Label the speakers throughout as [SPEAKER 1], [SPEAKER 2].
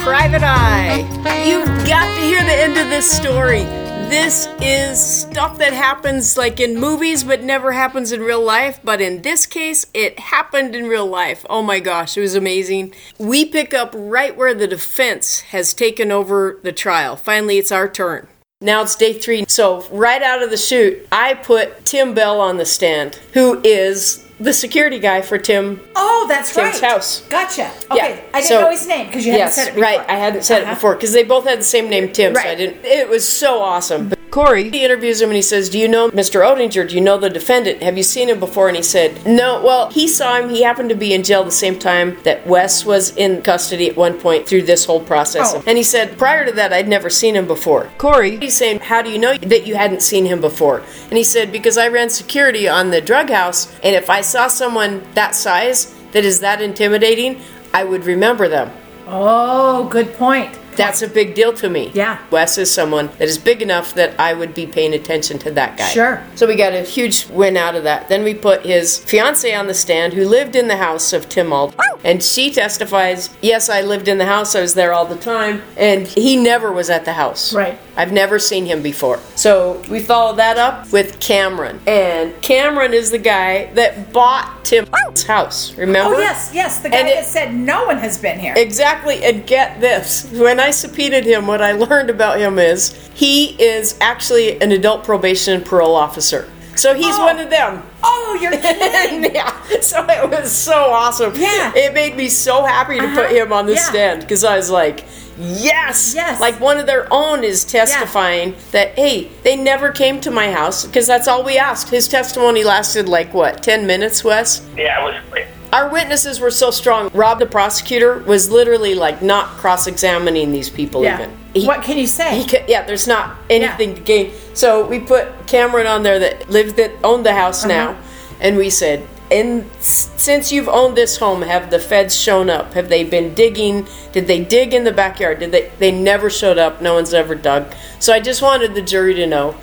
[SPEAKER 1] Private Eye. You've got to hear the end of this story. This is stuff that happens like in movies but never happens in real life, but in this case, it happened in real life. Oh my gosh, it was amazing. We pick up right where the defense has taken over the trial. Finally, it's our turn. Now it's day three. So, right out of the chute, I put Tim Bell on the stand, who is the security guy for Tim
[SPEAKER 2] Oh, that's right.
[SPEAKER 1] Tim's house.
[SPEAKER 2] Gotcha. Okay, I didn't
[SPEAKER 1] so-
[SPEAKER 2] know his name because you
[SPEAKER 1] yes,
[SPEAKER 2] hadn't said it before.
[SPEAKER 1] right. I hadn't said it
[SPEAKER 2] Uh-huh.
[SPEAKER 1] before because they both had the same name, Tim. So I
[SPEAKER 2] Right.
[SPEAKER 1] didn't. It was so awesome. But Corey he interviews him and he says, "Do you know Mr. Odinger? Do you know the defendant? Have you seen him before?" And he said, "No. Well, he saw him. He happened to be in jail the same time that Wes was in custody at one point through this whole process."
[SPEAKER 2] Oh.
[SPEAKER 1] And he said, "Prior to that, I'd never seen him before." Corey he's saying, "How do you know that you hadn't seen him before?" And he said, "Because I ran security on the drug house, and if I saw someone that size that is that intimidating, I would remember them."
[SPEAKER 2] Oh, good point.
[SPEAKER 1] That's a big deal to me.
[SPEAKER 2] Yeah.
[SPEAKER 1] Wes is someone that is big enough that I would be paying attention to that guy.
[SPEAKER 2] Sure.
[SPEAKER 1] So we got a huge win out of that. Then we put his fiance on the stand who lived in the house of Tim Alt. And she testifies, yes, I lived in the house. I was there all the time. And he never was at the house.
[SPEAKER 2] Right.
[SPEAKER 1] I've never seen him before. So we follow that up with Cameron. And Cameron is the guy that bought Tim's house. Remember?
[SPEAKER 2] Oh, yes, yes. The guy
[SPEAKER 1] And it-
[SPEAKER 2] that said no one has been here.
[SPEAKER 1] Exactly, and get this. When I subpoenaed him, what I learned about him is he is actually an adult probation and parole officer. So he's
[SPEAKER 2] Oh.
[SPEAKER 1] one of them.
[SPEAKER 2] oh, you're kidding.
[SPEAKER 1] yeah, so it was so awesome.
[SPEAKER 2] Yeah.
[SPEAKER 1] It made me so happy to put
[SPEAKER 2] Uh-huh.
[SPEAKER 1] him on the
[SPEAKER 2] Yeah.
[SPEAKER 1] stand because I was like, yes!
[SPEAKER 2] Yes.
[SPEAKER 1] Like one of their own is testifying that, hey, they never came to my house because that's all we asked. His testimony lasted like, what, 10 minutes, Wes?
[SPEAKER 3] Yeah, it was quick.
[SPEAKER 1] Our witnesses were so strong. Rob, the prosecutor, was literally like not cross examining these people
[SPEAKER 2] Yeah.
[SPEAKER 1] even. He-
[SPEAKER 2] what can you say?
[SPEAKER 1] he ca- yeah, there's not anything to gain. So we put Cameron on there that lived that owned the house
[SPEAKER 2] Uh-huh.
[SPEAKER 1] now, and we said, and s- since you've owned this home, have the feds shown up? Have they been digging? Did they dig in the backyard? Did they? They never showed up. No one's ever dug. So I just wanted the jury to know,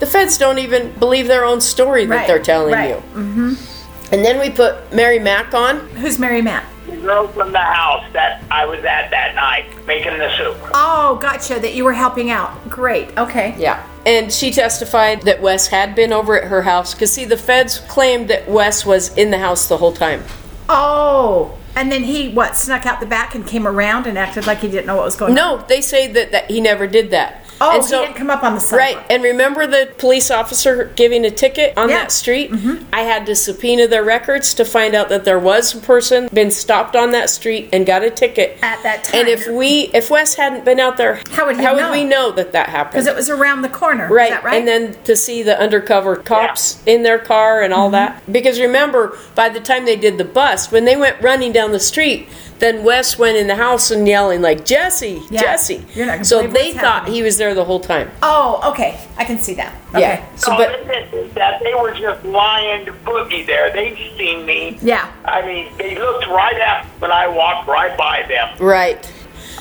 [SPEAKER 1] the feds don't even believe their own story that
[SPEAKER 2] Right,
[SPEAKER 1] they're telling
[SPEAKER 2] right. Mm-hmm.
[SPEAKER 1] you. And then we put Mary Mack on.
[SPEAKER 2] Who's Mary Matt?
[SPEAKER 3] The girl from the house that I was at that night making the soup.
[SPEAKER 2] Oh, gotcha. That you were helping out. Great. Okay.
[SPEAKER 1] Yeah. And she testified that Wes had been over at her house because, see, the feds claimed that Wes was in the house the whole time.
[SPEAKER 2] Oh, and then he what snuck out the back and came around and acted like he didn't know what was going on.
[SPEAKER 1] No, they say that, that he never did that.
[SPEAKER 2] Oh,
[SPEAKER 1] and
[SPEAKER 2] he didn't come up on the sidewalk.
[SPEAKER 1] Right. And remember the police officer giving a ticket on
[SPEAKER 2] Yeah. Mm-hmm.
[SPEAKER 1] that street? I had to subpoena their records to find out that there was a person been stopped on that street and got a ticket
[SPEAKER 2] At that
[SPEAKER 1] And if
[SPEAKER 2] time.
[SPEAKER 1] we, if Wes hadn't been out there,
[SPEAKER 2] How would he know?
[SPEAKER 1] we know that that happened?
[SPEAKER 2] Because it was around the corner. Is
[SPEAKER 1] Right.
[SPEAKER 2] that right?
[SPEAKER 1] And then to see the undercover cops in their car and all that. Because remember, by the time they did the bust, when they went running down the street, then Wes went in the house and yelling like Jesse,
[SPEAKER 2] Yeah.
[SPEAKER 1] Jesse.
[SPEAKER 2] You're not gonna
[SPEAKER 1] so
[SPEAKER 2] believe
[SPEAKER 1] they
[SPEAKER 2] what's
[SPEAKER 1] thought
[SPEAKER 2] happening.
[SPEAKER 1] he was there the whole time.
[SPEAKER 2] Oh, okay. I can see that. Okay.
[SPEAKER 1] Yeah. So
[SPEAKER 3] So,
[SPEAKER 1] but
[SPEAKER 3] that they were just lying to Boogie there. They've seen me.
[SPEAKER 2] Yeah.
[SPEAKER 3] I mean, they looked right at when I walked right by them.
[SPEAKER 1] right.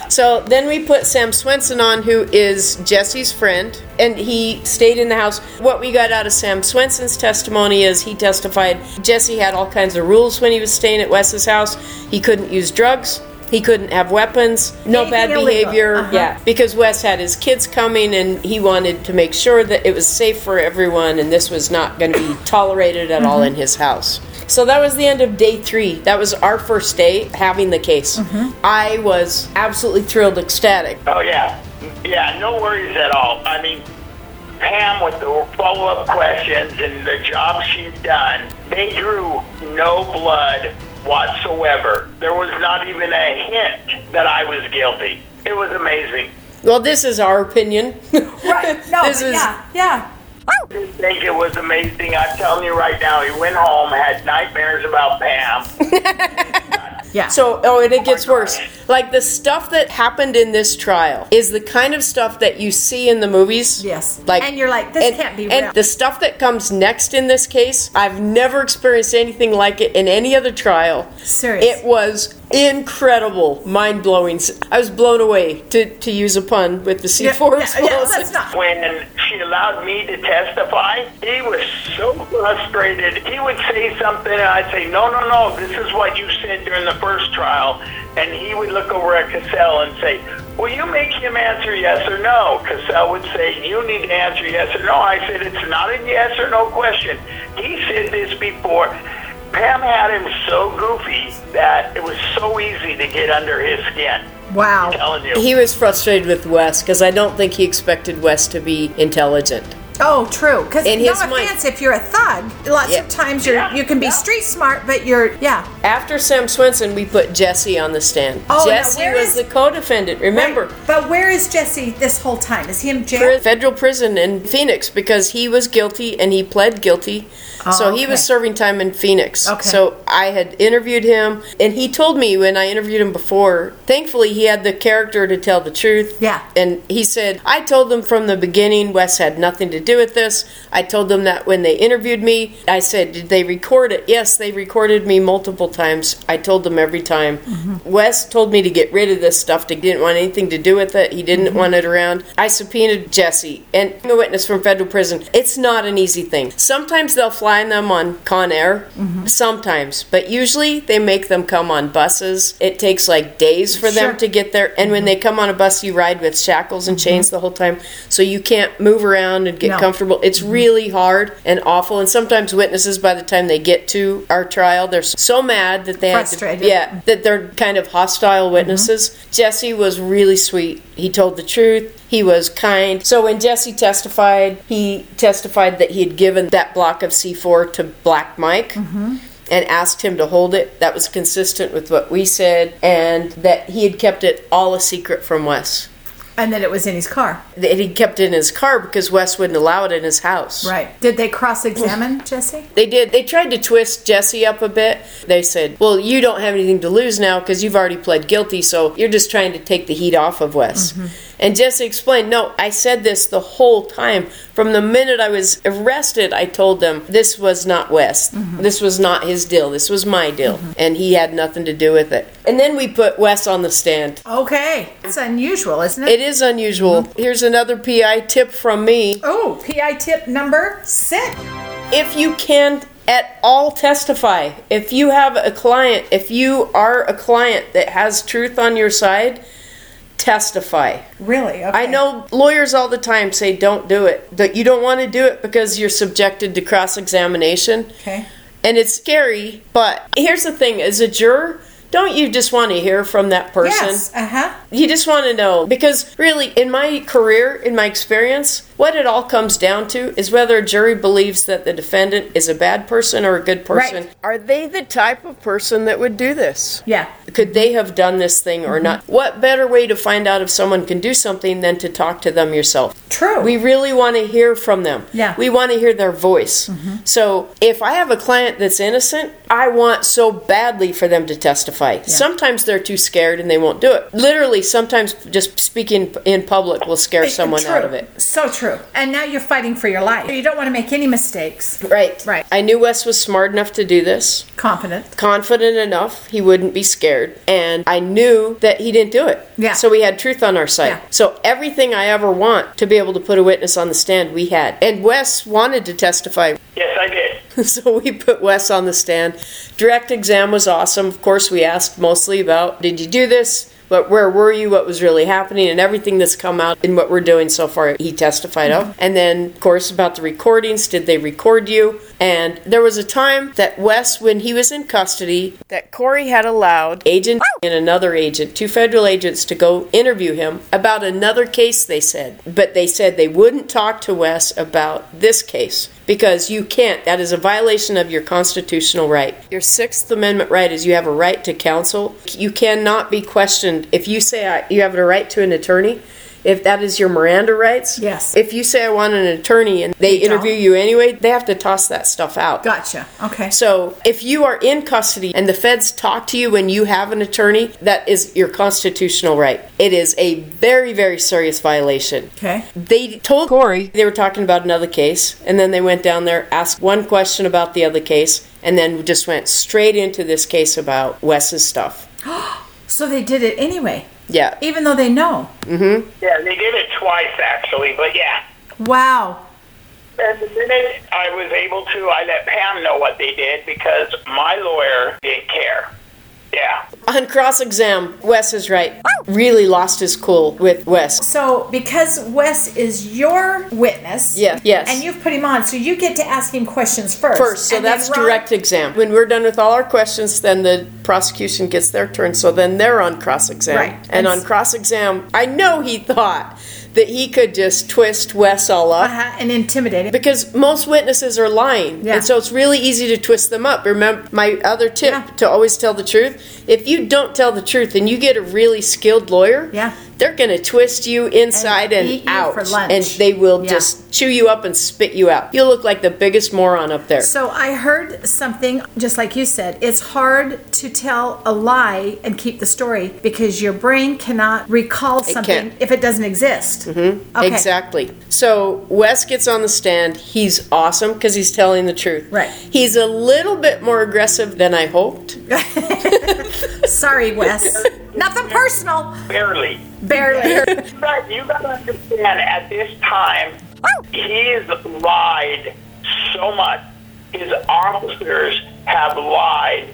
[SPEAKER 1] So then we put Sam Swenson on, who is Jesse's friend, and he stayed in the house. What we got out of Sam Swenson's testimony is he testified Jesse had all kinds of rules when he was staying at Wes's house. He couldn't use drugs. He couldn't have weapons, no
[SPEAKER 2] Anything
[SPEAKER 1] bad
[SPEAKER 2] illegal.
[SPEAKER 1] behavior.
[SPEAKER 2] Uh-huh.
[SPEAKER 1] Yeah, because Wes had his kids coming and he wanted to make sure that it was safe for everyone and this was not going to be tolerated at all in
[SPEAKER 2] Mm-hmm.
[SPEAKER 1] his house. So that was the end of day three. That was our first day having the case.
[SPEAKER 2] Mm-hmm.
[SPEAKER 1] I was absolutely thrilled, ecstatic.
[SPEAKER 3] Oh yeah, yeah, no worries at all. I mean, Pam with the follow-up questions and the job she's done, they drew no blood whatsoever. There was not even a hint that I was guilty. It was amazing.
[SPEAKER 1] Well, this is our opinion.
[SPEAKER 2] Right. No.
[SPEAKER 1] this
[SPEAKER 2] but
[SPEAKER 1] is
[SPEAKER 2] yeah. Yeah.
[SPEAKER 3] I think it was amazing. I'm telling you right now, he went home, had nightmares about Pam.
[SPEAKER 2] Yeah.
[SPEAKER 1] So, oh, and it gets
[SPEAKER 3] God.
[SPEAKER 1] worse. Like the stuff that happened in this trial is the kind of stuff that you see in the movies.
[SPEAKER 2] Yes.
[SPEAKER 1] Like,
[SPEAKER 2] And you're like, this can't be
[SPEAKER 1] And
[SPEAKER 2] real.
[SPEAKER 1] the stuff that comes next in this case, I've never experienced anything like it in any other trial.
[SPEAKER 2] Serious.
[SPEAKER 1] It was Incredible, mind blowing. I was blown away to, to use a pun with the C4
[SPEAKER 2] Yeah, yeah, yeah,
[SPEAKER 1] explosive.
[SPEAKER 2] let's not.
[SPEAKER 3] when she allowed me to testify, he was so frustrated. He would say something, and I'd say, No, no, no, this is what you said during the first trial. And he would look over at Cassell and say, Will you make him answer yes or no? Cassell would say, You need to answer yes or no. I said, It's not a yes or no question. He said this before. Pam had him so goofy that it was so easy to get under his skin. I'm
[SPEAKER 2] Wow.
[SPEAKER 3] telling you.
[SPEAKER 1] He was frustrated with Wes because I don't think he expected Wes to be intelligent.
[SPEAKER 2] Oh, true. Because
[SPEAKER 1] In
[SPEAKER 2] no
[SPEAKER 1] his mind-
[SPEAKER 2] offense, if you're a thug, lots
[SPEAKER 1] Yeah.
[SPEAKER 2] of times you're
[SPEAKER 3] Yeah,
[SPEAKER 2] you can be
[SPEAKER 3] yeah.
[SPEAKER 2] street smart, but you're yeah.
[SPEAKER 1] After Sam Swenson, we put Jesse on the stand.
[SPEAKER 2] Oh, now
[SPEAKER 1] Jesse
[SPEAKER 2] where
[SPEAKER 1] was
[SPEAKER 2] is-
[SPEAKER 1] the co-defendant. Remember,
[SPEAKER 2] Right. But where is Jesse this whole time? Is he in
[SPEAKER 1] pri-
[SPEAKER 2] jail?
[SPEAKER 1] federal prison in Phoenix because he was guilty and he pled guilty. so he was
[SPEAKER 2] Oh, okay.
[SPEAKER 1] serving time in Phoenix.
[SPEAKER 2] Okay.
[SPEAKER 1] So I had interviewed him, and he told me when I interviewed him before. Thankfully, he had the character to tell the truth.
[SPEAKER 2] Yeah.
[SPEAKER 1] And he said, I told them from the beginning Wes had nothing to do with this. I told them that when they interviewed me. I said, Did they record it? Yes, they recorded me multiple times. I told them every time. Wes told me to get rid of this stuff. He didn't want anything to do with it. He didn't want it around. I subpoenaed Jesse and I'm a witness from federal prison. It's not an easy thing. Sometimes they'll fly them on Con Air, sometimes, but usually they make them come on buses. It takes like days for
[SPEAKER 2] Sure.
[SPEAKER 1] them to get there. And when they come on a bus, you ride with shackles and chains the whole time, so you can't move around and get
[SPEAKER 2] No.
[SPEAKER 1] comfortable. It's really hard and awful. And sometimes witnesses, by the time they get to our trial, they're so mad that they had
[SPEAKER 2] Frustrated. Mm-hmm.
[SPEAKER 1] to, yeah, that they're kind of hostile witnesses. Jesse was really sweet. He told the truth. He was kind. So when Jesse testified, he testified that he had given that block of C4 to Black Mike
[SPEAKER 2] Mm-hmm.
[SPEAKER 1] and asked him to hold it. That was consistent with what we said, and that he had kept it all a secret from Wes.
[SPEAKER 2] And then it was in his car.
[SPEAKER 1] That he kept it in his car because Wes wouldn't allow it in his house.
[SPEAKER 2] Right. Did they cross examine Jesse?
[SPEAKER 1] They did. They tried to twist Jesse up a bit. They said, "Well, you don't have anything to lose now because you've already pled guilty, so you're just trying to take the heat off of Wes." And Jesse explained, "No, I said this the whole time. From the minute I was arrested, I told them this was not Wes. This was not his deal. This was my deal, and he had nothing to do with it." And then we put Wes on the stand.
[SPEAKER 2] Okay. It's unusual, isn't it?
[SPEAKER 1] It is unusual. Here's another PI tip from me.
[SPEAKER 2] Oh, PI tip number six.
[SPEAKER 1] if you can at all testify, if you have a client, if you are a client that has truth on your side, testify.
[SPEAKER 2] Really? Okay.
[SPEAKER 1] I know lawyers all the time say don't do it, that you don't want to do it because you're subjected to cross examination.
[SPEAKER 2] Okay.
[SPEAKER 1] And it's scary, but here's the thing as a juror, don't you just want to hear from that person?
[SPEAKER 2] Yes. Uh huh.
[SPEAKER 1] You just want to know because, really, in my career, in my experience, what it all comes down to is whether a jury believes that the defendant is a bad person or a good person.
[SPEAKER 2] Right.
[SPEAKER 1] Are they the type of person that would do this?
[SPEAKER 2] Yeah. Mm-hmm.
[SPEAKER 1] Could they have done this thing or not? What better way to find out if someone can do something than to talk to them yourself?
[SPEAKER 2] True.
[SPEAKER 1] We really want to hear from them.
[SPEAKER 2] Yeah. Mm-hmm.
[SPEAKER 1] We want to hear their voice. So if I have a client that's innocent, I want so badly for them to testify. Sometimes they're too scared and they won't do it. Literally, sometimes just speaking in public will scare someone
[SPEAKER 2] True.
[SPEAKER 1] out of it.
[SPEAKER 2] So true. And now you're fighting for your life. You don't want to make any mistakes.
[SPEAKER 1] Right.
[SPEAKER 2] Right.
[SPEAKER 1] I knew Wes was smart enough to do this.
[SPEAKER 2] Confident.
[SPEAKER 1] confident enough he wouldn't be scared and i knew that he didn't do it
[SPEAKER 2] Yeah.
[SPEAKER 1] so we had truth on our side
[SPEAKER 2] Yeah.
[SPEAKER 1] so everything i ever want to be able to put a witness on the stand we had and wes wanted to testify
[SPEAKER 3] Yes, I did.
[SPEAKER 1] so we put wes on the stand direct exam was awesome of course we asked mostly about did you do this but where were you what was really happening and everything that's come out and what we're doing so far he testified of and then of course about the recordings did they record you and there was a time that wes when he was in custody that corey had allowed agent and another agent two federal agents to go interview him about another case they said but they said they wouldn't talk to wes about this case because you can't that is a violation of your constitutional right your sixth amendment right is you have a right to counsel you cannot be questioned if you say I, you have a right to an attorney if that is your miranda rights
[SPEAKER 2] Yes.
[SPEAKER 1] if you say i want an attorney and they
[SPEAKER 2] You don't.
[SPEAKER 1] interview you anyway they have to toss that stuff out
[SPEAKER 2] Gotcha. Okay.
[SPEAKER 1] so if you are in custody and the feds talk to you when you have an attorney, that is your constitutional right. It is a very, very serious violation.
[SPEAKER 2] Okay.
[SPEAKER 1] They told Corey they were talking about another case, and then they went down there, asked one question about the other case, and then just went straight into this case about Wes's stuff.
[SPEAKER 2] So they did it anyway,
[SPEAKER 1] Yeah.
[SPEAKER 2] even though they know.
[SPEAKER 3] Yeah, they did it twice actually, but yeah.
[SPEAKER 2] Wow.
[SPEAKER 3] And the minute I was able to, I let Pam know what they did because my lawyer didn't care. Yeah.
[SPEAKER 1] On cross exam, Wes is right. Really lost his cool with Wes.
[SPEAKER 2] So because Wes is your witness,
[SPEAKER 1] Yes, yes.
[SPEAKER 2] and you've put him on, so you get to ask him questions first.
[SPEAKER 1] First, so
[SPEAKER 2] and then
[SPEAKER 1] that's
[SPEAKER 2] Ron-
[SPEAKER 1] direct exam. When we're done with all our questions, then the prosecution gets their turn. So then they're on cross exam.
[SPEAKER 2] Right.
[SPEAKER 1] And
[SPEAKER 2] And
[SPEAKER 1] on
[SPEAKER 2] s-
[SPEAKER 1] cross exam, I know he thought that he could just twist Wes all up.
[SPEAKER 2] Uh-huh, and intimidating.
[SPEAKER 1] Because most witnesses are lying,
[SPEAKER 2] Yeah.
[SPEAKER 1] and so it's really easy to twist them up. Remember my other tip
[SPEAKER 2] Yeah.
[SPEAKER 1] to always tell the truth. If you don't tell the truth and you get a really skilled lawyer,
[SPEAKER 2] Yeah.
[SPEAKER 1] they're going to twist you inside and,
[SPEAKER 2] eat you
[SPEAKER 1] out,
[SPEAKER 2] for lunch.
[SPEAKER 1] and they will
[SPEAKER 2] Yeah.
[SPEAKER 1] just chew you up and spit you out. You'll look like the biggest moron up there.
[SPEAKER 2] So I heard something just like you said. It's hard to tell a lie and keep the story because your brain cannot recall something
[SPEAKER 1] can't.
[SPEAKER 2] if it doesn't exist. Mm-hmm. Okay.
[SPEAKER 1] Exactly. So Wes gets on the stand. He's awesome because he's telling the truth.
[SPEAKER 2] Right.
[SPEAKER 1] He's a little bit more aggressive than I hoped.
[SPEAKER 2] Oh, Sorry, Wes. Nothing personal.
[SPEAKER 3] Barely.
[SPEAKER 2] Barely.
[SPEAKER 3] But you gotta understand, at this time, he's lied so much. His officers have lied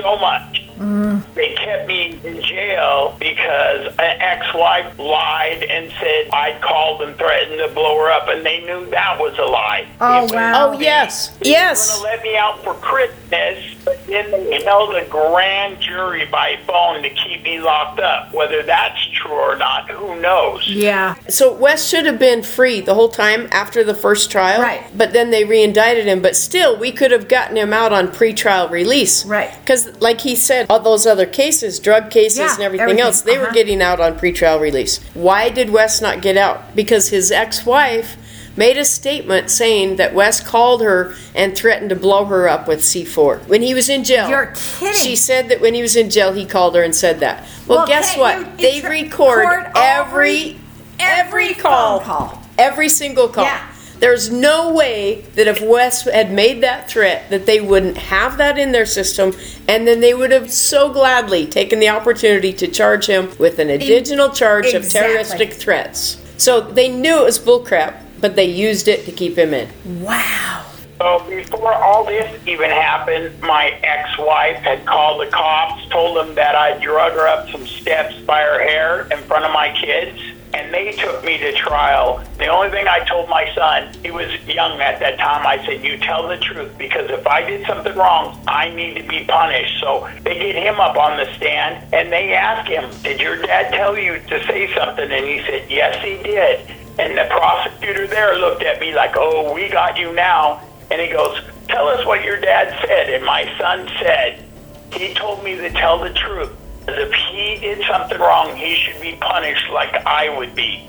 [SPEAKER 3] so much.
[SPEAKER 2] Mm.
[SPEAKER 3] They kept me in jail because an ex-wife lied and said I called and threatened to blow her up, and they knew that was a lie.
[SPEAKER 2] Oh,
[SPEAKER 3] It was-
[SPEAKER 2] wow.
[SPEAKER 1] Oh, yes. Yes.
[SPEAKER 3] Gonna let me out for Christmas, but then they held a grand jury by phone to keep me locked up. Whether that's true or not, who knows?
[SPEAKER 2] yeah.
[SPEAKER 1] So Wes should have been free the whole time after the first trial.
[SPEAKER 2] Right.
[SPEAKER 1] But then they re-indicted him. But still, we could have gotten him out on pre-trial release.
[SPEAKER 2] Right.
[SPEAKER 1] Because, like he said, all those other cases, drug cases
[SPEAKER 2] Yeah,
[SPEAKER 1] and everything,
[SPEAKER 2] everything.
[SPEAKER 1] else, they were
[SPEAKER 2] Uh-huh.
[SPEAKER 1] getting out on pre-trial release. Why did Wes not get out? Because his ex-wife made a statement saying that Wes called her and threatened to blow her up with C4 when he was in jail.
[SPEAKER 2] You're kidding.
[SPEAKER 1] She said that when he was in jail, he called her and said that. Well,
[SPEAKER 2] Well,
[SPEAKER 1] guess
[SPEAKER 2] can't
[SPEAKER 1] what?
[SPEAKER 2] you- you
[SPEAKER 1] they
[SPEAKER 2] tr-
[SPEAKER 1] record,
[SPEAKER 2] record
[SPEAKER 1] every every
[SPEAKER 2] every
[SPEAKER 1] call.
[SPEAKER 2] phone call.
[SPEAKER 1] Every single call.
[SPEAKER 2] Yeah.
[SPEAKER 1] There's no way that if Wes had made that threat that they wouldn't have that in their system and then they would have so gladly taken the opportunity to charge him with an additional charge of
[SPEAKER 2] exactly.
[SPEAKER 1] terroristic threats. So they knew it was bullcrap, but they used it to keep him in.
[SPEAKER 2] Wow.
[SPEAKER 3] So before all this even happened, my ex-wife had called the cops, told them that I drug her up some steps by her hair in front of my kids, and they took me to trial. The only thing I told my son, he was young at that time, I said, "You tell the truth because if I did something wrong, I need to be punished." So they get him up on the stand and they ask him, "Did your dad tell you to say something?" And he said, "Yes, he did." And the prosecutor there looked at me like, "Oh, we got you now." And he goes, Tell us what your dad said. And my son said, He told me to tell the truth. As if he did something wrong, he should be punished like I would be.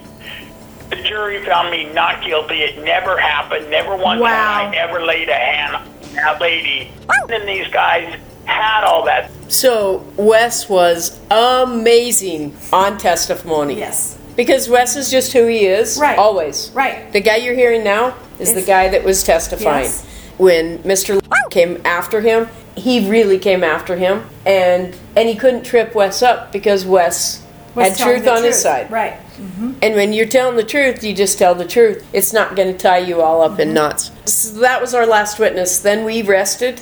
[SPEAKER 3] The jury found me not guilty. It never happened. Never once
[SPEAKER 2] Wow.
[SPEAKER 3] had I ever laid a hand on that lady. And these guys had all that.
[SPEAKER 1] So Wes was amazing on testimony.
[SPEAKER 2] Yes.
[SPEAKER 1] Because Wes is just who he is.
[SPEAKER 2] Right.
[SPEAKER 1] Always.
[SPEAKER 2] Right.
[SPEAKER 1] The guy you're hearing now is the
[SPEAKER 2] Is-
[SPEAKER 1] guy that was testifying.
[SPEAKER 2] Yes.
[SPEAKER 1] When Mr. came after him, he really came after him and and he couldn't trip Wes up because Wes
[SPEAKER 2] Was
[SPEAKER 1] had
[SPEAKER 2] telling
[SPEAKER 1] truth
[SPEAKER 2] the
[SPEAKER 1] on his side.
[SPEAKER 2] Right.
[SPEAKER 1] And when you're telling the truth, you just tell the truth. It's not going to tie you all up in knots. So that was our last witness. Then we rested.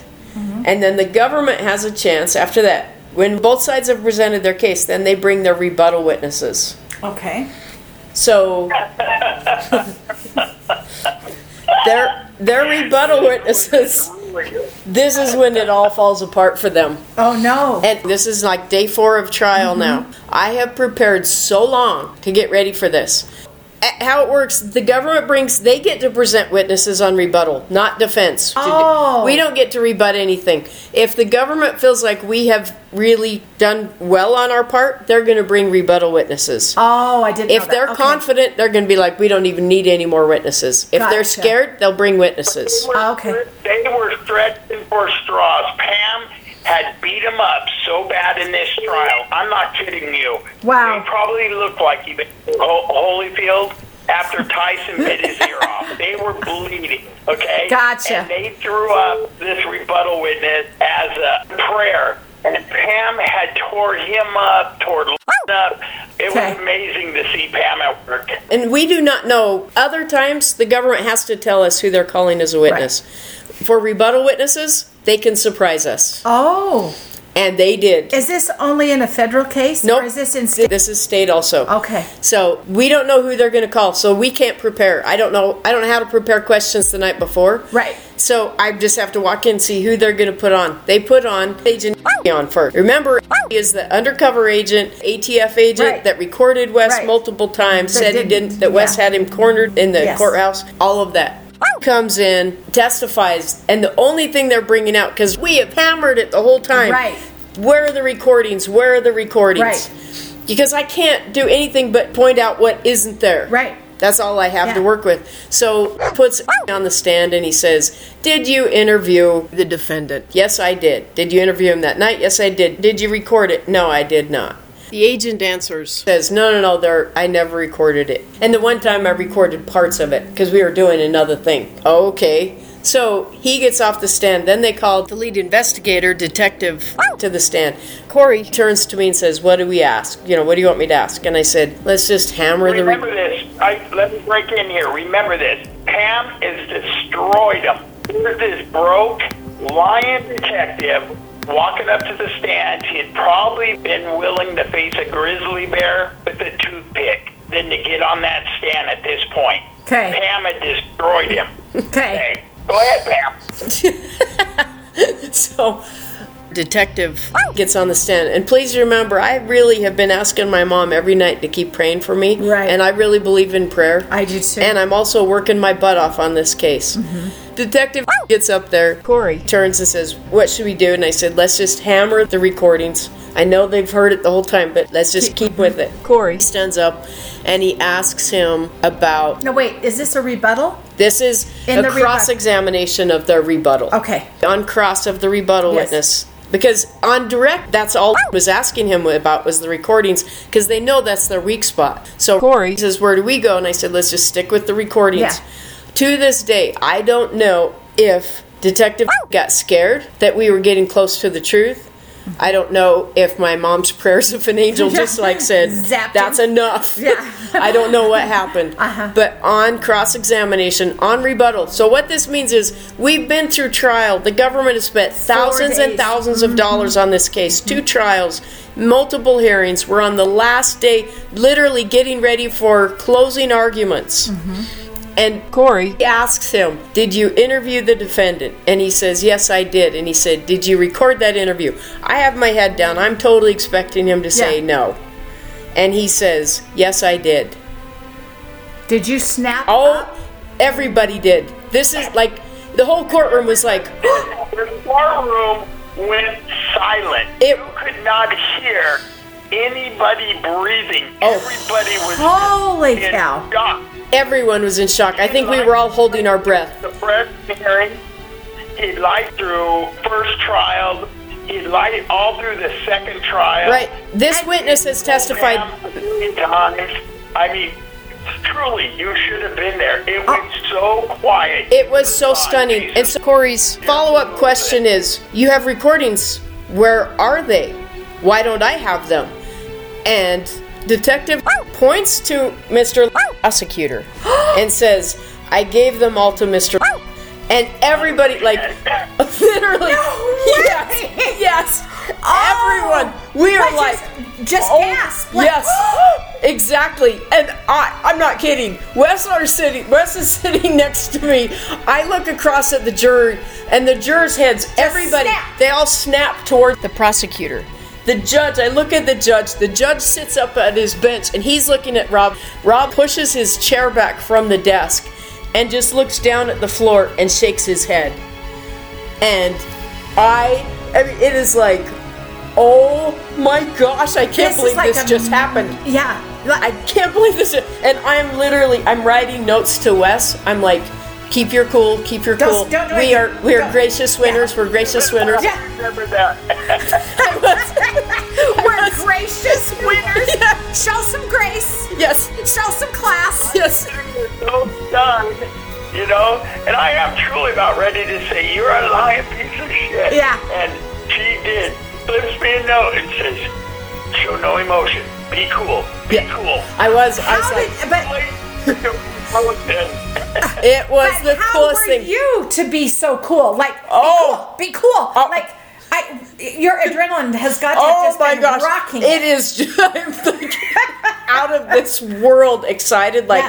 [SPEAKER 1] And then the government has a chance after that. When both sides have presented their case, then they bring their rebuttal witnesses.
[SPEAKER 2] Okay.
[SPEAKER 1] So their their rebuttal witnesses. This is when it all falls apart for them.
[SPEAKER 2] Oh no.
[SPEAKER 1] And this is like day four of trial now.
[SPEAKER 2] Mm-hmm.
[SPEAKER 1] I have prepared so long to get ready for this. A- How it works, the government brings, they get to present witnesses on rebuttal, not defense. To do-
[SPEAKER 2] Oh.
[SPEAKER 1] We don't get to rebut anything. If the government feels like we have really done well on our part, they're going to bring rebuttal witnesses.
[SPEAKER 2] oh, I didn't. know
[SPEAKER 1] If
[SPEAKER 2] that.
[SPEAKER 1] they're
[SPEAKER 2] Okay.
[SPEAKER 1] confident, they're going to be like, we don't even need any more witnesses. If they're
[SPEAKER 2] Gotcha.
[SPEAKER 1] scared, they'll bring witnesses.
[SPEAKER 3] They were-
[SPEAKER 2] Ah, Okay.
[SPEAKER 3] They were stretching for straws. Pam had beat him up so bad in this trial. I'm not kidding you.
[SPEAKER 2] Wow.
[SPEAKER 3] He probably looked like he been Ho- Holyfield after Tyson bit his ear off. They were bleeding. Okay.
[SPEAKER 2] Gotcha.
[SPEAKER 3] And they threw up this rebuttal witness as a prayer. And Pam Pam had tore him up, tore up. It was
[SPEAKER 2] Okay.
[SPEAKER 3] amazing to see Pam at work.
[SPEAKER 1] And we do not know. Other times, the government has to tell us who they're calling as a witness. For rebuttal witnesses, they can surprise us.
[SPEAKER 2] Oh,
[SPEAKER 1] And they did.
[SPEAKER 2] is this only in a federal case?
[SPEAKER 1] Nope.
[SPEAKER 2] Or is this in state?
[SPEAKER 1] This is state also.
[SPEAKER 2] Okay.
[SPEAKER 1] So we don't know who they're going to call, so we can't prepare. I don't know. I don't know how to prepare questions the night before.
[SPEAKER 2] Right.
[SPEAKER 1] So I just have to walk in and see who they're going to put on. They put on agent on first. Remember, is the undercover agent, ATF agent
[SPEAKER 2] Right.
[SPEAKER 1] that recorded West
[SPEAKER 2] Right.
[SPEAKER 1] multiple times,
[SPEAKER 2] That
[SPEAKER 1] said
[SPEAKER 2] didn't.
[SPEAKER 1] he didn't. That West
[SPEAKER 2] Yeah.
[SPEAKER 1] had him cornered in the
[SPEAKER 2] Yes.
[SPEAKER 1] courthouse. All of that. Comes in, testifies, and the only thing they're bringing out, because we have hammered it the whole time.
[SPEAKER 2] Right.
[SPEAKER 1] Where are the recordings? Where are the recordings?
[SPEAKER 2] Right.
[SPEAKER 1] because I can't do anything but point out what isn't there.
[SPEAKER 2] Right.
[SPEAKER 1] That's all I have to
[SPEAKER 2] Yeah.
[SPEAKER 1] work with. So puts on the stand and he says, "Did you interview the defendant?" "Yes, I did." "Did you interview him that night?" "Yes, I did." "Did you record it?" "No, I did not." The agent answers, says, "No, no, no, there I never recorded it." And the one time I recorded parts of it because we were doing another thing. "Okay." So he gets off the stand. Then they call the lead investigator, detective, to the stand. Corey turns to me and says, What do we ask? You know, what do you want me to ask? And I said, Let's just hammer the.
[SPEAKER 3] Remember this. I, let me break in here. Remember this. Pam is destroyed him. Here's this broke, lying detective walking up to the stand. He had probably been willing to face a grizzly bear with a toothpick than to get on that stand at this point.
[SPEAKER 2] Okay.
[SPEAKER 3] Pam had destroyed him.
[SPEAKER 2] Okay.
[SPEAKER 3] Okay. Go ahead, Pam.
[SPEAKER 1] so detective gets on the stand and please remember i really have been asking my mom every night to keep praying for me
[SPEAKER 2] Right.
[SPEAKER 1] and i really believe in prayer
[SPEAKER 2] I do too. Mm-hmm.
[SPEAKER 1] and i'm also working my butt off on this case detective gets up there corey turns and says what should we do and i said let's just hammer the recordings i know they've heard it the whole time but let's just keep with it corey stands up and he asks him about
[SPEAKER 2] No, wait. Is this a rebuttal?
[SPEAKER 1] this is
[SPEAKER 2] In
[SPEAKER 1] a
[SPEAKER 2] the rebut-
[SPEAKER 1] cross examination of their rebuttal.
[SPEAKER 2] Okay.
[SPEAKER 1] On cross of the rebuttal
[SPEAKER 2] Yes.
[SPEAKER 1] witness. Because on direct, that's all I was asking him about was the recordings, because they know that's their weak spot. So Corey says, Where do we go? And I said, Let's just stick with the recordings.
[SPEAKER 2] Yeah.
[SPEAKER 1] To this day, I don't know if Detective got scared that we were getting close to the truth. I don't know if my mom's prayers of an angel just like said,
[SPEAKER 2] Zapped
[SPEAKER 1] That's
[SPEAKER 2] him.
[SPEAKER 1] enough.
[SPEAKER 2] Yeah.
[SPEAKER 1] I don't know what happened.
[SPEAKER 2] Uh-huh.
[SPEAKER 1] But on cross examination, on rebuttal. So, what this means is we've been through trial. The government has spent thousands and
[SPEAKER 2] days. Mm-hmm.
[SPEAKER 1] thousands of dollars on this case, two trials, multiple hearings. We're on the last day, literally getting ready for closing arguments.
[SPEAKER 2] Mm-hmm.
[SPEAKER 1] And Corey asks him, Did you interview the defendant? And he says, Yes, I did. And he said, Did you record that interview? I have my head down. I'm totally expecting him to say
[SPEAKER 2] Yeah.
[SPEAKER 1] no. And he says, Yes, I did.
[SPEAKER 2] Did you snap?
[SPEAKER 1] Oh, everybody did. This is like the whole courtroom was like,
[SPEAKER 3] The courtroom went silent.
[SPEAKER 1] It-
[SPEAKER 3] you could not hear anybody breathing.
[SPEAKER 1] Oh.
[SPEAKER 3] Everybody was
[SPEAKER 2] Holy
[SPEAKER 3] in
[SPEAKER 2] cow.
[SPEAKER 3] shock.
[SPEAKER 1] everyone was in shock. I think we were all holding our breath.
[SPEAKER 3] The press hearing, he lied through first trial. He lied all through the second trial.
[SPEAKER 1] Right? This witness has testified.
[SPEAKER 3] Pam, a million times. I mean, truly, you should have been there. It was so quiet.
[SPEAKER 1] Oh. It was so stunning. And so Corey's follow up question is You have recordings. Where are they? Why don't I have them? And Detective points to Mr. prosecutor and says, I gave them all to Mr. And everybody, like, Literally. Yes. Yes. Everyone. We are
[SPEAKER 2] I
[SPEAKER 1] like
[SPEAKER 2] just, just
[SPEAKER 1] oh,
[SPEAKER 2] gasp. Like, Oh
[SPEAKER 1] yes. exactly. And I I'm not kidding. Wes are sitting Wes is sitting next to me. I look across at the jury and the jurors' heads, everybody
[SPEAKER 2] snap.
[SPEAKER 1] they all snap toward the prosecutor. The judge, I look at the judge. The judge sits up at his bench and he's looking at Rob. Rob pushes his chair back from the desk and just looks down at the floor and shakes his head and I, I mean, it is like, oh my gosh, I can't
[SPEAKER 2] This is
[SPEAKER 1] believe
[SPEAKER 2] like
[SPEAKER 1] this
[SPEAKER 2] a-
[SPEAKER 1] just happened.
[SPEAKER 2] Yeah.
[SPEAKER 1] I can't believe this, and I'm literally, I'm writing notes to Wes. I'm like, keep your cool, keep your
[SPEAKER 2] Don't-
[SPEAKER 1] cool.
[SPEAKER 2] don't do
[SPEAKER 1] we
[SPEAKER 2] it.
[SPEAKER 1] are, we are
[SPEAKER 2] Don't.
[SPEAKER 1] gracious winners. We're gracious winners.
[SPEAKER 2] Yeah.
[SPEAKER 3] Remember that.
[SPEAKER 1] I was-
[SPEAKER 2] We're gracious winners.
[SPEAKER 1] Yeah.
[SPEAKER 2] Show some grace.
[SPEAKER 1] yes,
[SPEAKER 2] Show some class.
[SPEAKER 1] yes.
[SPEAKER 3] so done, you know. And I am truly about ready to say you're a lying piece of shit.
[SPEAKER 2] Yeah.
[SPEAKER 3] And she did. Flips me a note and says, show no emotion. Be cool. Be
[SPEAKER 1] Yeah.
[SPEAKER 3] cool.
[SPEAKER 1] I was. I
[SPEAKER 2] How
[SPEAKER 1] was like,
[SPEAKER 2] did, but
[SPEAKER 3] Like, I was dead.
[SPEAKER 1] it was the
[SPEAKER 2] But how
[SPEAKER 1] coolest
[SPEAKER 2] were
[SPEAKER 1] thing.
[SPEAKER 2] you to be so cool? Like,
[SPEAKER 1] Oh.
[SPEAKER 2] be cool, be cool.
[SPEAKER 1] Oh.
[SPEAKER 2] Like, I, your adrenaline has got to have
[SPEAKER 1] Oh
[SPEAKER 2] just
[SPEAKER 1] my
[SPEAKER 2] been
[SPEAKER 1] gosh!
[SPEAKER 2] rocking.
[SPEAKER 1] It is. Just, I'm like out of this world, excited, like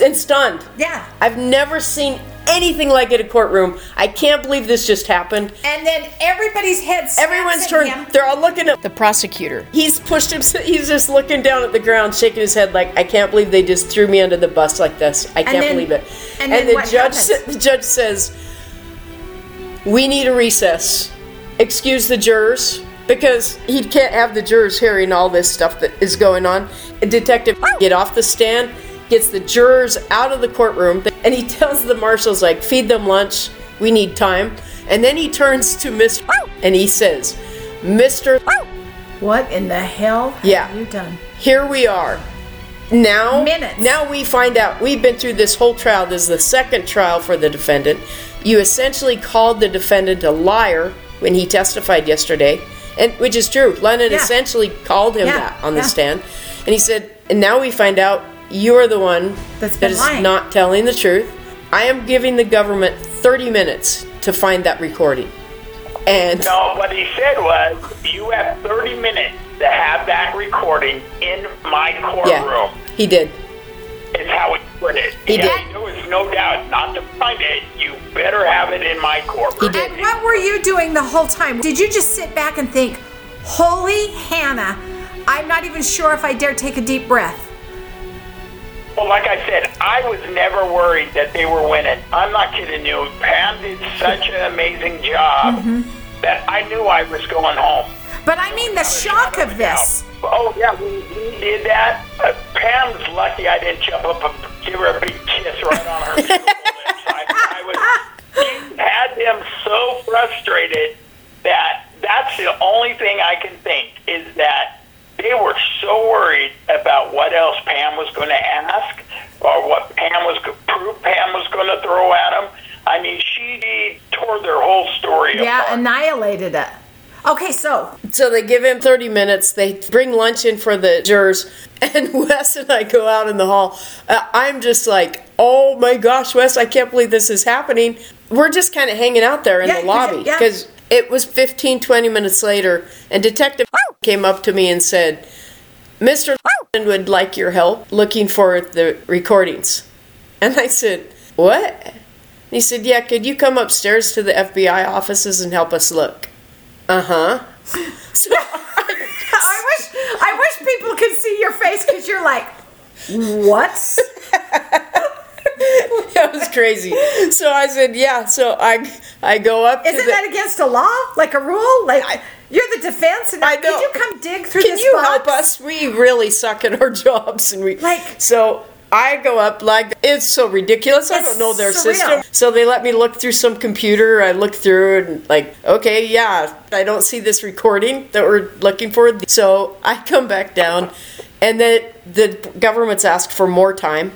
[SPEAKER 1] and stunned.
[SPEAKER 2] Yeah.
[SPEAKER 1] I've never seen anything like it at courtroom. I can't believe this just happened.
[SPEAKER 2] and then everybody's head. snaps
[SPEAKER 1] Everyone's
[SPEAKER 2] at
[SPEAKER 1] turned.
[SPEAKER 2] him.
[SPEAKER 1] They're all looking at the prosecutor. He's pushed him. He's just looking down at the ground, shaking his head like, "I can't believe they just threw me under the bus like this. I can't
[SPEAKER 2] then-
[SPEAKER 1] believe it."
[SPEAKER 2] and then
[SPEAKER 1] the
[SPEAKER 2] what
[SPEAKER 1] judge,
[SPEAKER 2] happens?
[SPEAKER 1] sa- the judge says, "We need a recess. Excuse the jurors." Because he can't have the jurors hearing all this stuff that is going on. A detective get off the stand, gets the jurors out of the courtroom, and he tells the marshals like, "Feed them lunch. We need time." And then he turns to Mr. and he says, "Mr.
[SPEAKER 2] What in the hell have
[SPEAKER 1] Yeah.
[SPEAKER 2] you done?
[SPEAKER 1] Here we are. Now,
[SPEAKER 2] Minutes.
[SPEAKER 1] now we find out we've been through this whole trial. This is the second trial for the defendant. You essentially called the defendant a liar when he testified yesterday, and which is true. Lennon
[SPEAKER 2] Yeah.
[SPEAKER 1] essentially called him
[SPEAKER 2] Yeah,
[SPEAKER 1] that on the
[SPEAKER 2] yeah.
[SPEAKER 1] stand, and he said, "And now we find out you're the one
[SPEAKER 2] That's
[SPEAKER 1] that
[SPEAKER 2] been
[SPEAKER 1] is
[SPEAKER 2] lying.
[SPEAKER 1] not telling the truth." I am giving the government 30 minutes to find that recording, and
[SPEAKER 3] No, what he said was, you have 30 minutes to have that recording in my
[SPEAKER 1] yeah,
[SPEAKER 3] courtroom.
[SPEAKER 1] he did.
[SPEAKER 3] Is how he put it.
[SPEAKER 1] He
[SPEAKER 3] yeah,
[SPEAKER 1] did.
[SPEAKER 3] There was no doubt not to find it. You better have it in my courtroom.
[SPEAKER 1] He did.
[SPEAKER 2] And what were you doing the whole time? Did you just sit back and think, "Holy Hannah, I'm not even sure if I dare take a deep breath."
[SPEAKER 3] Well, like I said, I was never worried that they were winning. I'm not kidding you. Pam did such an amazing job that I knew I was going home.
[SPEAKER 2] But I mean, the shock of this.
[SPEAKER 3] Oh yeah, we, we did that. Uh, Pam's lucky I didn't jump up and give her a big kiss right on her. lips. I, I was she had them so frustrated that that's the only thing I can think is that they were so worried about what else Pam was going to ask or what Pam was go- proof Pam was going to throw at them. I mean, she tore their whole story
[SPEAKER 2] Yeah,
[SPEAKER 3] apart.
[SPEAKER 2] annihilated it. Okay, so
[SPEAKER 1] So they give him 30 minutes. They bring lunch in for the jurors, and Wes and I go out in the hall. Uh, I'm just like, oh my gosh, Wes, I can't believe this is happening. We're just kind of hanging out there in
[SPEAKER 2] Yeah,
[SPEAKER 1] the lobby
[SPEAKER 2] yeah.
[SPEAKER 1] because it was 15, 20 minutes later, and Detective came up to me and said, Mr. would like your help looking for the recordings. And I said, What? And he said, Yeah, could you come upstairs to the FBI offices and help us look? Uh huh. So
[SPEAKER 2] I wish I wish people could see your face because you're like, what?
[SPEAKER 1] that was crazy. So I said, Yeah. So I I go up to
[SPEAKER 2] Isn't
[SPEAKER 1] the.
[SPEAKER 2] that against a law? Like a rule? Like you're the defense, and
[SPEAKER 1] I
[SPEAKER 2] could
[SPEAKER 1] know.
[SPEAKER 2] you come dig through
[SPEAKER 1] Can
[SPEAKER 2] this
[SPEAKER 1] you
[SPEAKER 2] box?
[SPEAKER 1] help us? We really suck at our jobs, and we
[SPEAKER 2] Like-
[SPEAKER 1] so. I go up like it's so ridiculous. I
[SPEAKER 2] It's
[SPEAKER 1] don't know their
[SPEAKER 2] surreal.
[SPEAKER 1] system. So they let me look through some computer. I look through it and like, okay, yeah, I don't see this recording that we're looking for. So I come back down, and then the government's asked for more time.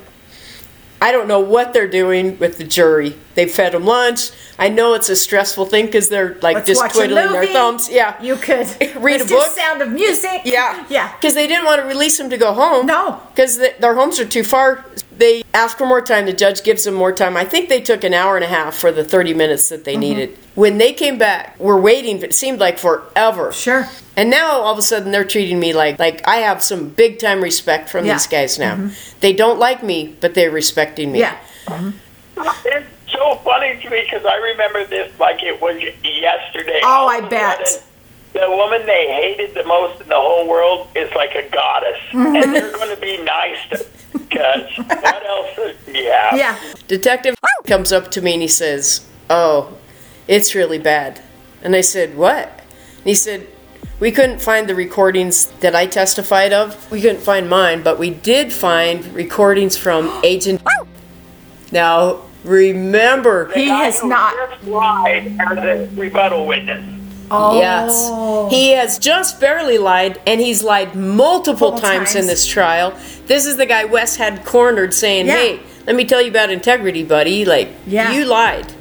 [SPEAKER 1] I don't know what they're doing with the jury. They fed them lunch. I know it's a stressful thing because they're like
[SPEAKER 2] Let's
[SPEAKER 1] just
[SPEAKER 2] watch a
[SPEAKER 1] twiddling their
[SPEAKER 2] movie.
[SPEAKER 1] thumbs. Yeah,
[SPEAKER 2] you could
[SPEAKER 1] Read
[SPEAKER 2] let's
[SPEAKER 1] a
[SPEAKER 2] do
[SPEAKER 1] book.
[SPEAKER 2] Sound of Music.
[SPEAKER 1] yeah.
[SPEAKER 2] yeah.
[SPEAKER 1] Because they didn't want to release him to go home.
[SPEAKER 2] No.
[SPEAKER 1] Because th their homes are too far. They ask for more time. The judge gives them more time. I think they took an hour and a half for the 30 minutes that they
[SPEAKER 2] Mm-hmm.
[SPEAKER 1] needed. When they came back, we're waiting. It seemed like forever.
[SPEAKER 2] Sure.
[SPEAKER 1] And now all of a sudden they're treating me like like I have some big time respect from
[SPEAKER 2] Yeah. Mm-hmm.
[SPEAKER 1] these guys now. They don't like me, but they're respecting me.
[SPEAKER 2] Yeah.
[SPEAKER 3] It's so funny to me because I remember this like it was yesterday.
[SPEAKER 2] Oh, I
[SPEAKER 3] All of a
[SPEAKER 2] bet.
[SPEAKER 3] sudden, The woman they hated the most in the whole world is like a goddess, and they're going to be nice to because what else does she have?
[SPEAKER 2] Yeah.
[SPEAKER 1] Detective comes up to me and he says, Oh, it's really bad. And I said, What? And he said, We couldn't find the recordings that I testified of. We couldn't find mine, but we did find recordings from Agent. Now, remember,
[SPEAKER 2] He
[SPEAKER 3] I
[SPEAKER 2] has
[SPEAKER 3] who
[SPEAKER 2] not.
[SPEAKER 3] Just lied as a rebuttal witness.
[SPEAKER 2] Oh.
[SPEAKER 1] Yes. He has just barely lied, and he's lied multiple
[SPEAKER 2] Multiple
[SPEAKER 1] times, in
[SPEAKER 2] times.
[SPEAKER 1] this trial. This is the guy Wes had cornered saying,
[SPEAKER 2] Yeah.
[SPEAKER 1] Hey, let me tell you about integrity, buddy. Like,
[SPEAKER 2] Yeah.
[SPEAKER 1] you lied.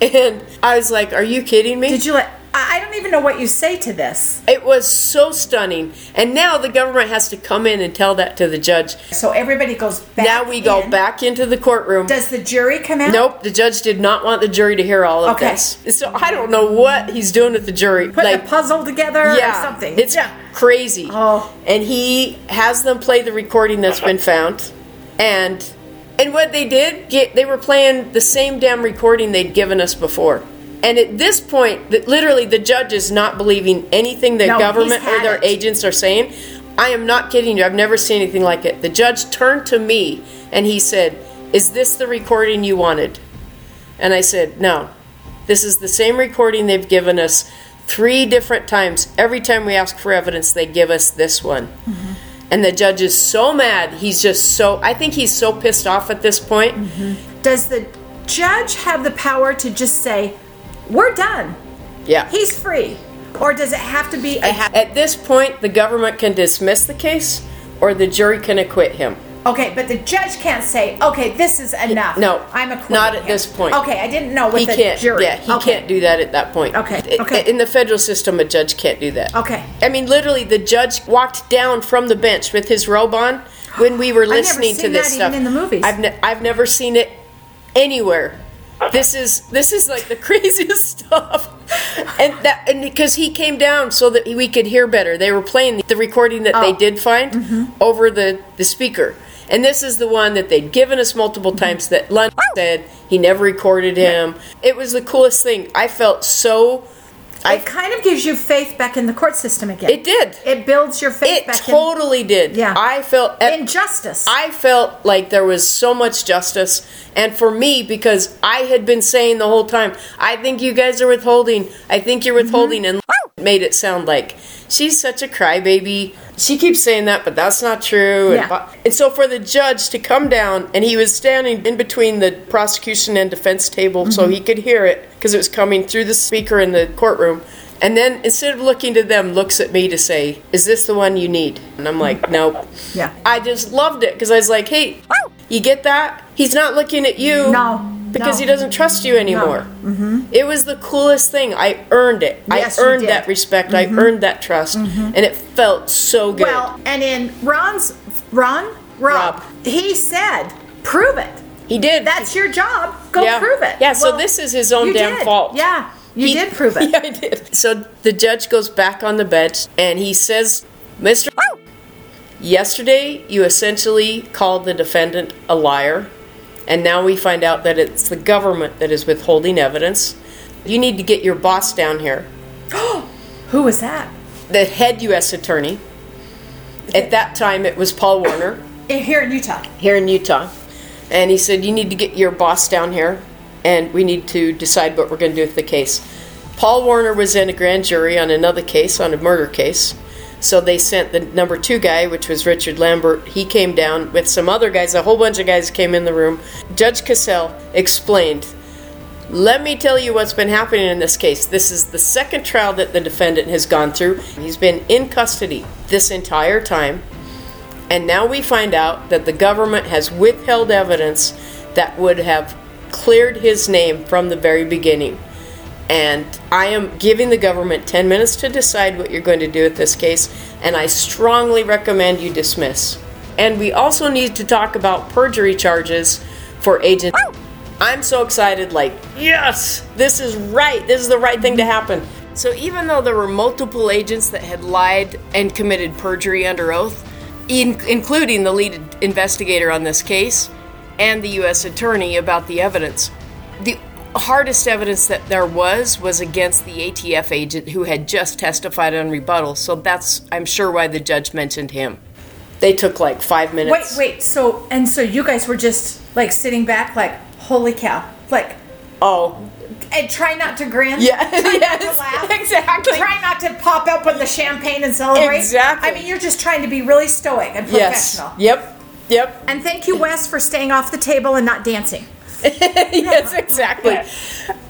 [SPEAKER 1] And I was like, Are you kidding me?
[SPEAKER 2] Did you let? I I don't even know what you say to this.
[SPEAKER 1] It was so stunning. And now the government has to come in and tell that to the judge.
[SPEAKER 2] So everybody goes back.
[SPEAKER 1] Now we go
[SPEAKER 2] in.
[SPEAKER 1] back into the courtroom.
[SPEAKER 2] Does the jury come out?
[SPEAKER 1] Nope, the judge did not want the jury to hear all of
[SPEAKER 2] Okay.
[SPEAKER 1] this. So I don't know what he's doing with the jury.
[SPEAKER 2] Put the puzzle together or something.
[SPEAKER 1] It's crazy.
[SPEAKER 2] Oh.
[SPEAKER 1] And he has them play the recording that's been found. And and what they did, get, they were playing the same damn recording they'd given us before. And at this point, that literally the judge is not believing anything the
[SPEAKER 2] No, he's
[SPEAKER 1] government or
[SPEAKER 2] had
[SPEAKER 1] their
[SPEAKER 2] it.
[SPEAKER 1] agents are saying. I am not kidding you. I've never seen anything like it. The judge turned to me and he said, "Is this the recording you wanted?" And I said, No, this is the same recording they've given us three different times. Every time we ask for evidence, they give us this one.
[SPEAKER 2] Mm-hmm.
[SPEAKER 1] And the judge is so mad. He's just so, I think he's so pissed off at this point.
[SPEAKER 2] Mm-hmm. Does the judge have the power to just say, "We're done.
[SPEAKER 1] Yeah.
[SPEAKER 2] He's free," or does it have to be a
[SPEAKER 1] at this point, the government can dismiss the case or the jury can acquit him.
[SPEAKER 2] Okay, but the judge can't say, "Okay, this is enough."
[SPEAKER 1] No,
[SPEAKER 2] I'm acquitting
[SPEAKER 1] not at
[SPEAKER 2] him."
[SPEAKER 1] this point.
[SPEAKER 2] Okay, I didn't know with
[SPEAKER 1] He
[SPEAKER 2] the
[SPEAKER 1] can't.
[SPEAKER 2] jury.
[SPEAKER 1] Yeah, he
[SPEAKER 2] okay.
[SPEAKER 1] can't do that at that point.
[SPEAKER 2] Okay,
[SPEAKER 1] I-
[SPEAKER 2] okay.
[SPEAKER 1] In the federal system, a judge can't do that.
[SPEAKER 2] Okay.
[SPEAKER 1] I mean, literally, the judge walked down from the bench with his robe on when we were
[SPEAKER 2] never
[SPEAKER 1] listening to
[SPEAKER 2] seen
[SPEAKER 1] this
[SPEAKER 2] that
[SPEAKER 1] stuff.
[SPEAKER 2] even in the movies.
[SPEAKER 1] I've ne- I've never seen it anywhere. This is this is like the craziest stuff. And that and because he came down so that we could hear better. They were playing the recording that
[SPEAKER 2] Oh.
[SPEAKER 1] they did find
[SPEAKER 2] Mm-hmm.
[SPEAKER 1] over the the speaker. And this is the one that they'd given us multiple
[SPEAKER 2] Mm-hmm.
[SPEAKER 1] times that Lund said he never recorded him. It was the coolest thing. I felt so
[SPEAKER 2] It kind of gives you faith back in the court system again.
[SPEAKER 1] it did.
[SPEAKER 2] It builds your faith
[SPEAKER 1] It
[SPEAKER 2] back
[SPEAKER 1] totally did.
[SPEAKER 2] Yeah.
[SPEAKER 1] I felt
[SPEAKER 2] in, in justice.
[SPEAKER 1] I felt like there was so much justice. And for me, because I had been saying the whole time, I think you guys are withholding. I think
[SPEAKER 2] Mm-hmm.
[SPEAKER 1] you're withholding. And made it sound like she's such a crybaby. She keeps saying that, but that's not true. And,
[SPEAKER 2] Yeah.
[SPEAKER 1] and so for the judge to come down, and he was standing in between the prosecution and defense table so
[SPEAKER 2] Mm-hmm.
[SPEAKER 1] he could hear it because it was coming through the speaker in the courtroom. And then instead of looking to them, looks at me to say, Is this the one you need? And I'm like, Nope.
[SPEAKER 2] Yeah.
[SPEAKER 1] I just loved it because I was like, hey, you get that? He's not looking at you.
[SPEAKER 2] No,
[SPEAKER 1] Because
[SPEAKER 2] no.
[SPEAKER 1] he doesn't trust you anymore. Mm-hmm. It was the coolest thing. I earned it.
[SPEAKER 2] Yes,
[SPEAKER 1] I
[SPEAKER 2] you
[SPEAKER 1] earned
[SPEAKER 2] did. Mm-hmm.
[SPEAKER 1] that respect. I earned that trust. And it felt so good.
[SPEAKER 2] well, and in Ron's Ron Rob,
[SPEAKER 1] Rob.
[SPEAKER 2] he said, "Prove it.
[SPEAKER 1] he did.
[SPEAKER 2] That's your job. Go
[SPEAKER 1] Yeah.
[SPEAKER 2] prove it."
[SPEAKER 1] Yeah, so this is his own
[SPEAKER 2] you
[SPEAKER 1] damn
[SPEAKER 2] did.
[SPEAKER 1] fault.
[SPEAKER 2] Yeah, you
[SPEAKER 1] He-
[SPEAKER 2] did prove it.
[SPEAKER 1] Yeah, I did. So the judge goes back on the bench and he says, Mr. Yesterday, you essentially called the defendant a liar, and now we find out that it's the government that is withholding evidence. You need to get your boss down here,
[SPEAKER 2] Who was that?
[SPEAKER 1] the head U.S. attorney. At that time, it was Paul Warner
[SPEAKER 2] In- Here in Utah.
[SPEAKER 1] here in Utah. And he said, You need to get your boss down here, and we need to decide what we're going to do with the case. Paul Warner was in a grand jury on another case, on a murder case. So they sent the number two guy, which was Richard Lambert. He came down with some other guys. A whole bunch of guys came in the room. Judge Cassell explained let me tell you what's been happening in this case. This is the second trial that the defendant has gone through. He's been in custody this entire time. And now we find out that the government has withheld evidence that would have cleared his name from the very beginning. And I am giving the government 10 minutes to decide what you're going to do with this case, and I strongly recommend you dismiss. And we also need to talk about perjury charges for agent. I'm so excited, like, yes, this is right. This is the right thing to happen. So, even though there were multiple agents that had lied and committed perjury under oath, in- including the lead investigator on this case and the U.S. attorney about the evidence, the hardest evidence that there was was against the ATF agent who had just testified on rebuttal. So, that's, I'm sure, why the judge mentioned him. They took like five
[SPEAKER 2] Wait,
[SPEAKER 1] minutes.
[SPEAKER 2] wait. So and so, you guys were just like sitting back, like, "Holy cow!" Like,
[SPEAKER 1] Oh,
[SPEAKER 2] and try not to grin.
[SPEAKER 1] Yeah,
[SPEAKER 2] try not
[SPEAKER 1] yes,
[SPEAKER 2] to laugh.
[SPEAKER 1] exactly.
[SPEAKER 2] Try not to pop up with the champagne and celebrate.
[SPEAKER 1] Exactly.
[SPEAKER 2] I mean, you're just trying to be really stoic and
[SPEAKER 1] yes.
[SPEAKER 2] professional.
[SPEAKER 1] Yep. Yep.
[SPEAKER 2] And thank you, Wes, for staying off the table and not dancing.
[SPEAKER 1] yes, exactly.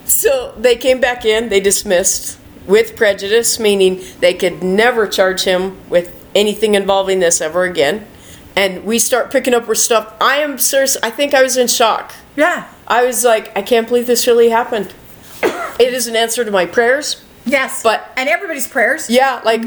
[SPEAKER 1] So they came back in, they dismissed with prejudice, meaning they could never charge him with anything involving this ever again. And we start picking up our stuff. I am serious. I think I was in shock.
[SPEAKER 2] Yeah.
[SPEAKER 1] I was like, I can't believe this really happened. It is an answer to my prayers.
[SPEAKER 2] Yes.
[SPEAKER 1] But-
[SPEAKER 2] and everybody's prayers.
[SPEAKER 1] Yeah, like,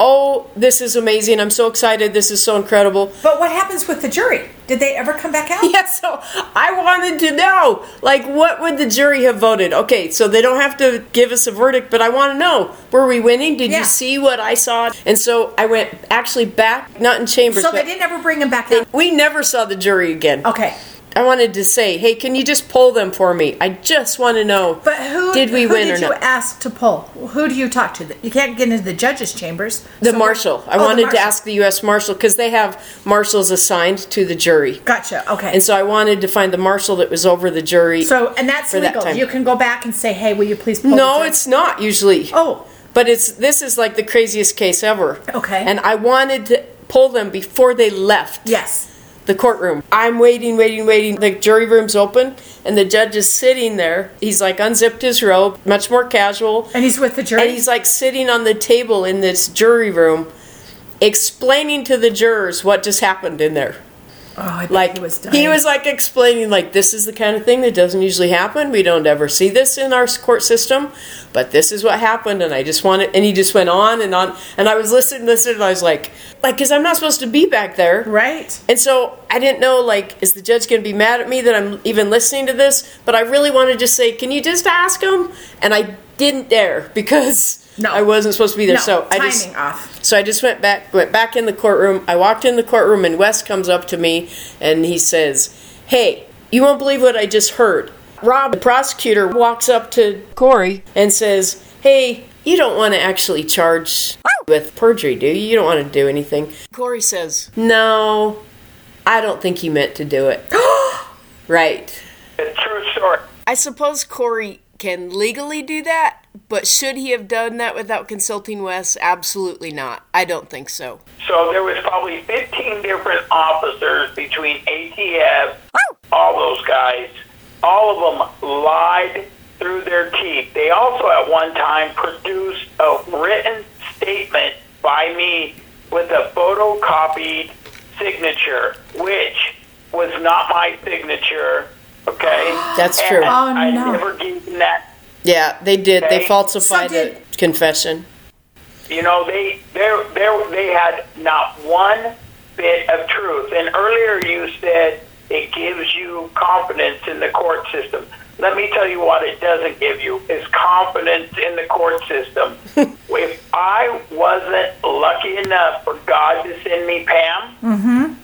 [SPEAKER 1] oh, this is amazing. I'm so excited. This is so incredible.
[SPEAKER 4] But what happens with the jury? Did they ever come back out?
[SPEAKER 1] Yeah, so I wanted to know, like, what would the jury have voted? Okay, so they don't have to give us a verdict, but I want to know, were we winning? Did
[SPEAKER 2] Yeah.
[SPEAKER 1] you see what I saw? And so I went actually back, not in chambers,
[SPEAKER 2] So
[SPEAKER 1] but
[SPEAKER 2] they didn't ever bring him back out.
[SPEAKER 1] we never saw the jury again.
[SPEAKER 2] Okay.
[SPEAKER 1] I wanted to say, hey, can you just poll them for me? I just want to know.
[SPEAKER 2] But who
[SPEAKER 1] did we
[SPEAKER 2] who
[SPEAKER 1] win or
[SPEAKER 2] did you
[SPEAKER 1] not?
[SPEAKER 2] ask to poll? Who do you talk to? You can't get into the judges' chambers.
[SPEAKER 1] The
[SPEAKER 2] So-
[SPEAKER 1] marshal. I
[SPEAKER 2] Oh, the
[SPEAKER 1] wanted to
[SPEAKER 2] marshal.
[SPEAKER 1] ask the U.S. marshal because they have marshals assigned to the jury.
[SPEAKER 2] Gotcha. Okay.
[SPEAKER 1] And so I wanted to find the marshal that was over the jury.
[SPEAKER 2] So, and that's
[SPEAKER 1] for that
[SPEAKER 2] legal.
[SPEAKER 1] time.
[SPEAKER 2] you can go back and say, "Hey, will you please?" Pull
[SPEAKER 1] no,
[SPEAKER 2] the
[SPEAKER 1] it's not usually.
[SPEAKER 2] Oh.
[SPEAKER 1] but it's this is like the craziest case ever.
[SPEAKER 2] Okay.
[SPEAKER 1] and I wanted to pull them before they left.
[SPEAKER 2] yes.
[SPEAKER 1] the courtroom. I'm waiting, waiting, waiting. The jury room's open, and the judge is sitting there. He's like unzipped his robe, much more casual.
[SPEAKER 2] And he's with the jury.
[SPEAKER 1] And he's like sitting on the table in this jury room, explaining to the jurors what just happened in there.
[SPEAKER 2] oh, I bet
[SPEAKER 1] Like
[SPEAKER 2] he was done.
[SPEAKER 1] like explaining like this is the kind of thing that doesn't usually happen. We don't ever see this in our court system, but this is what happened, and I just wanted. And he just went on and on, and I was listening, listening, and I was like, like, because I'm not supposed to be back there,
[SPEAKER 2] right.
[SPEAKER 1] and so I didn't know, like, is the judge going to be mad at me that I'm even listening to this? But I really want to just say, can you just ask him? And I didn't dare because
[SPEAKER 2] No.
[SPEAKER 1] I wasn't supposed to be there.
[SPEAKER 2] No,
[SPEAKER 1] so I
[SPEAKER 2] timing
[SPEAKER 1] just,
[SPEAKER 2] off.
[SPEAKER 1] So I just went back, went back in the courtroom. I walked in the courtroom, and Wes comes up to me and he says, "Hey, you won't believe what I just heard." Rob, the prosecutor, walks up to Corey and says, "Hey." You don't want to actually charge with perjury, do you? You don't want to do anything. Corey says, No, I don't think he meant to do it. right.
[SPEAKER 3] It's a true story.
[SPEAKER 1] I suppose Corey can legally do that, but should he have done that without consulting Wes? Absolutely not. I don't think so.
[SPEAKER 3] So there was probably 15 different officers between ATF, all those guys. All of them lied through their teeth. They also at one time produced a written statement by me with a photocopied signature, which was not my signature. Okay,
[SPEAKER 1] That's
[SPEAKER 3] And
[SPEAKER 1] true. Oh,
[SPEAKER 3] I
[SPEAKER 2] no.
[SPEAKER 3] never gave them that
[SPEAKER 1] Yeah, they did. They
[SPEAKER 3] Okay.
[SPEAKER 1] falsified
[SPEAKER 2] So did-
[SPEAKER 1] a confession.
[SPEAKER 3] You know, they they they they had not one bit of truth. And earlier you said it gives you confidence in the court system. Let me tell you what it doesn't give you is confidence in the court system. if I wasn't lucky enough for God to send me Pam,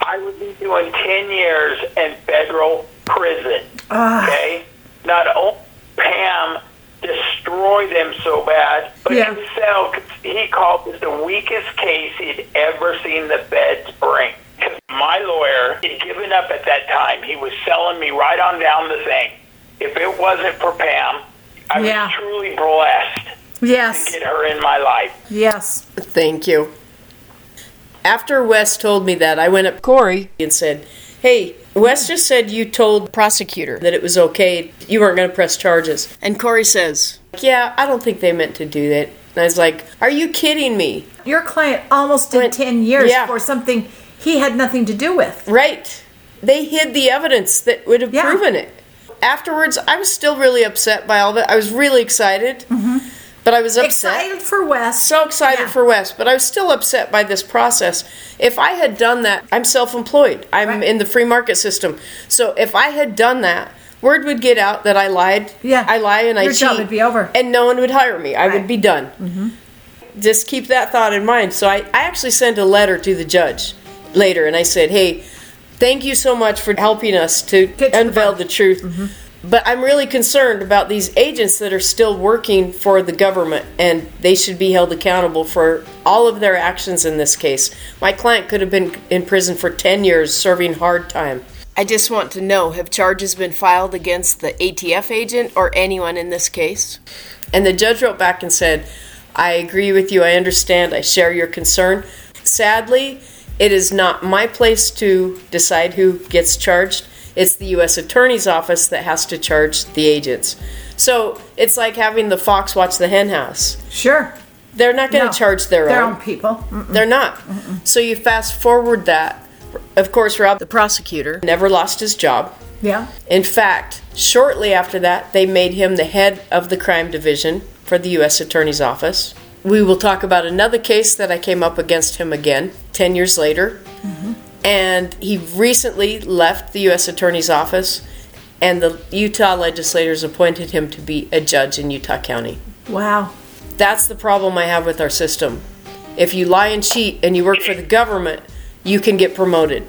[SPEAKER 3] I would be doing 10 years in federal prison. Okay? Not only Pam destroyed him so bad, but
[SPEAKER 2] Yeah.
[SPEAKER 3] himself, he called this the weakest case he'd ever seen the feds bring. 'Cause My lawyer had given up at that time. He was selling me right on down the thing. If it wasn't for Pam, I
[SPEAKER 2] Yeah.
[SPEAKER 3] was truly blessed to
[SPEAKER 2] Yes.
[SPEAKER 3] get her in my life.
[SPEAKER 2] Yes.
[SPEAKER 1] Thank you. After Wes told me that, I went up to Corey and said, Hey, Wes just said you told the prosecutor that it was okay, you weren't going to press charges. And Corey says, Yeah, I don't think they meant to do that. And I was like, Are you kidding me?
[SPEAKER 2] Your client almost did
[SPEAKER 1] Went-
[SPEAKER 2] ten years
[SPEAKER 1] yeah.
[SPEAKER 2] for something he had nothing to do with.
[SPEAKER 1] Right. They hid the evidence that would have
[SPEAKER 2] Yeah.
[SPEAKER 1] proven it. Afterwards, I was still really upset by all of it. I was really excited, but I was upset.
[SPEAKER 2] Mm-hmm. Excited for Wes.
[SPEAKER 1] so excited
[SPEAKER 2] Yeah.
[SPEAKER 1] for Wes, but I was still upset by this process. If I had done that, I'm self employed, I'm
[SPEAKER 2] Right.
[SPEAKER 1] in the free market system. So if I had done that, word would get out that I lied.
[SPEAKER 2] Yeah.
[SPEAKER 1] I lie and I
[SPEAKER 2] Your
[SPEAKER 1] cheat.
[SPEAKER 2] job would be over.
[SPEAKER 1] And no one would hire me. I
[SPEAKER 2] Right. Mm-hmm.
[SPEAKER 1] would be done. Just keep that thought in mind. So I, I actually sent a letter to the judge later and I said, hey, thank you so much for helping us to
[SPEAKER 2] Get to the
[SPEAKER 1] unveil
[SPEAKER 2] bottom. Mm-hmm.
[SPEAKER 1] the truth. But I'm really concerned about these agents that are still working for the government, and they should be held accountable for all of their actions in this case. My client could have been in prison for 10 years serving hard time. I just want to know have charges been filed against the ATF agent or anyone in this case? And the judge wrote back and said, I agree with you, I understand, I share your concern. Sadly, it is not my place to decide who gets charged. It's the U.S. Attorney's Office that has to charge the agents. So it's like having the fox watch the hen house.
[SPEAKER 2] Sure.
[SPEAKER 1] They're not going to
[SPEAKER 2] No.
[SPEAKER 1] charge their,
[SPEAKER 2] Their
[SPEAKER 1] own.
[SPEAKER 2] own people. Mm-mm.
[SPEAKER 1] They're not. So you fast forward that. Of course, Rob, the prosecutor, never lost his job.
[SPEAKER 2] Yeah.
[SPEAKER 1] In fact, shortly after that, they made him the head of the crime division for the U.S. Attorney's Office. We will talk about another case that I came up against him again 10 years later. And he recently left the U.S. Attorney's Office, and the Utah legislators appointed him to be a judge in Utah County.
[SPEAKER 2] Wow.
[SPEAKER 1] That's the problem I have with our system. If you lie and cheat and you work for the government, you can get promoted.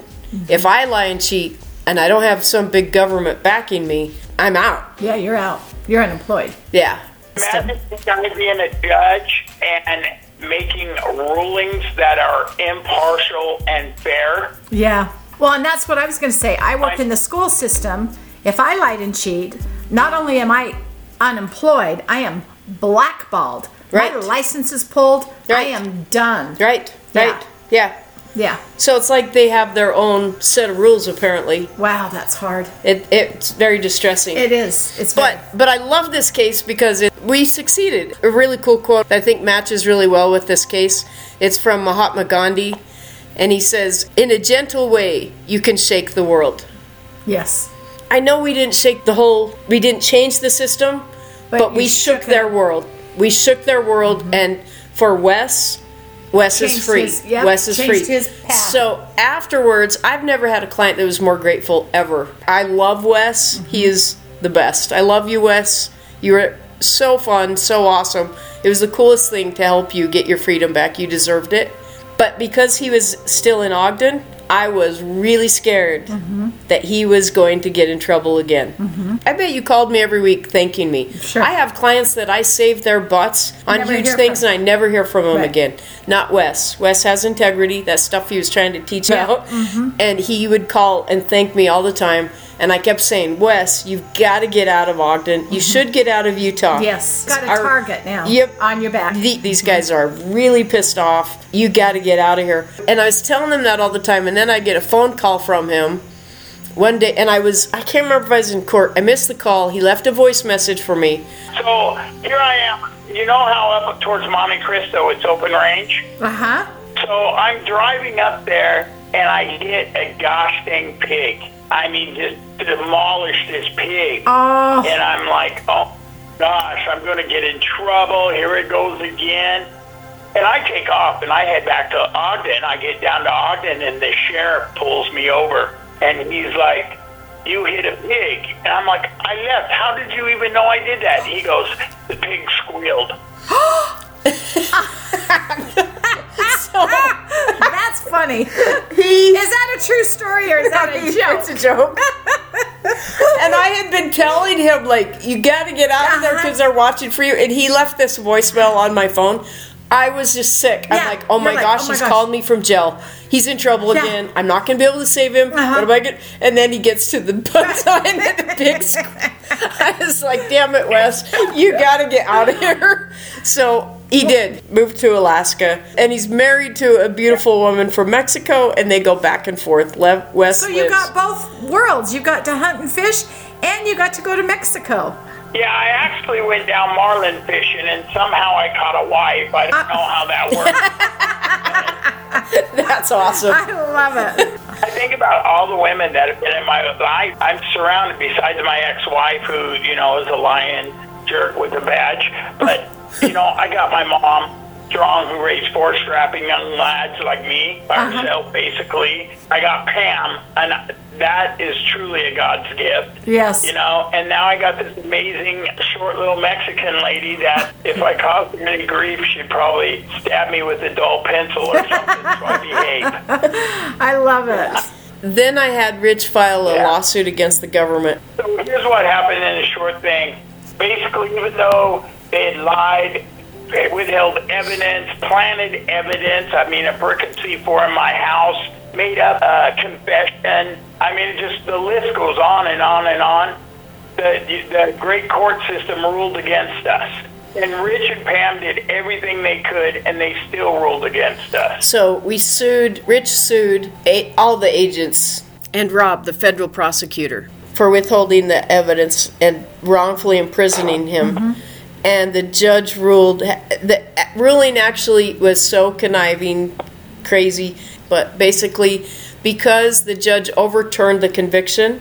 [SPEAKER 1] If I lie and cheat and I don't have some big government backing me, I'm out.
[SPEAKER 2] Yeah, you're out. You're unemployed.
[SPEAKER 1] Yeah.
[SPEAKER 2] System.
[SPEAKER 3] Imagine this guy being a judge and making rulings that are impartial and fair.
[SPEAKER 2] Yeah. Well, and that's what I was going to say. I worked in the school system. If I lied and cheat, not only am I unemployed, I am blackballed.
[SPEAKER 1] Right.
[SPEAKER 2] My license is pulled. I
[SPEAKER 1] Right.
[SPEAKER 2] am done.
[SPEAKER 1] Right.
[SPEAKER 2] Yeah.
[SPEAKER 1] Right. Yeah.
[SPEAKER 2] Yeah.
[SPEAKER 1] So it's like they have their own set of rules. Apparently,
[SPEAKER 2] Wow, that's hard.
[SPEAKER 1] it, it's very distressing.
[SPEAKER 2] It is. It's
[SPEAKER 1] But but I love this case because it, we succeeded. A really cool quote that I think matches really well with this case. It's from Mahatma Gandhi, and he says, "In a gentle way, you can shake the world."
[SPEAKER 2] yes.
[SPEAKER 1] I know we didn't shake the whole, we didn't change the system, but,
[SPEAKER 2] But you
[SPEAKER 1] we shook,
[SPEAKER 2] shook
[SPEAKER 1] their
[SPEAKER 2] it.
[SPEAKER 1] world. We shook their world, and for Wes, Wes is
[SPEAKER 2] Changed
[SPEAKER 1] free.
[SPEAKER 2] his- yep,
[SPEAKER 1] Wes is free.
[SPEAKER 4] changed his path.
[SPEAKER 1] So afterwards, I've never had a client that was more grateful ever. I love Wes.
[SPEAKER 2] Mm-hmm.
[SPEAKER 1] He is the best. I love you, Wes. You were so fun, so awesome. It was the coolest thing to help you get your freedom back. You deserved it. But because he was still in Ogden, I was really scared
[SPEAKER 2] Mm-hmm.
[SPEAKER 1] that he was going to get in trouble again. I bet you called me every week thanking me.
[SPEAKER 2] Sure.
[SPEAKER 1] I have clients that I save their butts on
[SPEAKER 2] Never
[SPEAKER 1] huge
[SPEAKER 2] hear
[SPEAKER 1] things
[SPEAKER 2] from-
[SPEAKER 1] and I never hear from him
[SPEAKER 2] Right.
[SPEAKER 1] again. Not Wes. Wes has integrity. That stuff he was trying to teach out.
[SPEAKER 2] Mm-hmm.
[SPEAKER 1] And he would call and thank me all the time. And I kept saying, Wes, you've got to get out of Ogden. You should get out of Utah.
[SPEAKER 2] Mm-hmm. Yes. Got a
[SPEAKER 1] Our-
[SPEAKER 2] target now
[SPEAKER 1] Yep.
[SPEAKER 2] on your back.
[SPEAKER 1] The- these guys are really pissed off. You got to get out of here. And I was telling him that all the time. And then I get a phone call from him one day. And I was, I can't remember if I was in court. I missed the call. He left a voice message for me.
[SPEAKER 3] So here I am. You know how up towards Monte Cristo it's open range?
[SPEAKER 2] Uh huh.
[SPEAKER 3] So I'm driving up there and I hit a gosh dang pig. I mean, just demolished this pig.
[SPEAKER 2] Oh.
[SPEAKER 3] And I'm like, oh gosh, I'm going to get in trouble. Here it goes again. And I take off and I head back to Ogden. I get down to Ogden and the sheriff pulls me over and he's like, you hit a pig. And I'm like, I left. How did you even know I did that? He goes, the pig squealed.
[SPEAKER 2] That's funny. is that a true story or is that a joke?
[SPEAKER 1] It's a joke. and I had been telling him, like, you got to get out of there
[SPEAKER 2] Uh-huh.
[SPEAKER 1] because they're watching for you. And he left this voicemail on my phone. I was just sick. I'm
[SPEAKER 2] Yeah,
[SPEAKER 1] like, oh my
[SPEAKER 2] you're like,
[SPEAKER 1] gosh,
[SPEAKER 2] oh my
[SPEAKER 1] he's
[SPEAKER 2] gosh.
[SPEAKER 1] called me from jail. He's in trouble
[SPEAKER 2] Yeah.
[SPEAKER 1] again. I'm not going to be able to save him.
[SPEAKER 2] Uh-huh.
[SPEAKER 1] What am I going And then he gets to the bus sign and the big squ- I was like, damn it, Wes, you got to get out of here. So he did move to Alaska. And he's married to a beautiful woman from Mexico. And they go back and forth. Le- Wes
[SPEAKER 2] So you
[SPEAKER 1] lives-
[SPEAKER 2] got both worlds. You got to hunt and fish, and you got to go to Mexico.
[SPEAKER 3] Yeah, I actually went down marlin fishing and somehow I caught a wife. I don't know how that worked.
[SPEAKER 1] That's awesome.
[SPEAKER 2] I love it.
[SPEAKER 3] I think about all the women that have been in my life. I'm surrounded, besides my ex-wife, who you know is a lion jerk with a badge. But you know, I got my mom. Strong, who raised four strapping young lads like me by herself, basically. I got Pam, and that is truly a God's gift.
[SPEAKER 2] Yes.
[SPEAKER 3] You know, and now I got this amazing short little Mexican lady that if I caused her any grief, she'd probably stab me with a dull pencil or something. so I behave.
[SPEAKER 2] I love it.
[SPEAKER 1] Then I had Rich file a
[SPEAKER 3] Yeah.
[SPEAKER 1] lawsuit against the government.
[SPEAKER 3] So here's what happened in a short thing. Basically, even though they had lied, they withheld evidence, planted evidence. I mean, a brick and C4 in my house, made up a confession. I mean, just the list goes on and on and on. the, the great court system ruled against us. And Rich and Pam did everything they could, and they still ruled against us.
[SPEAKER 1] So we sued, Rich sued a, all the agents and Rob, the federal prosecutor, for withholding the evidence and wrongfully imprisoning him. And the judge ruled, the ruling actually was so conniving, crazy, but Mm-hmm. basically because the judge overturned the conviction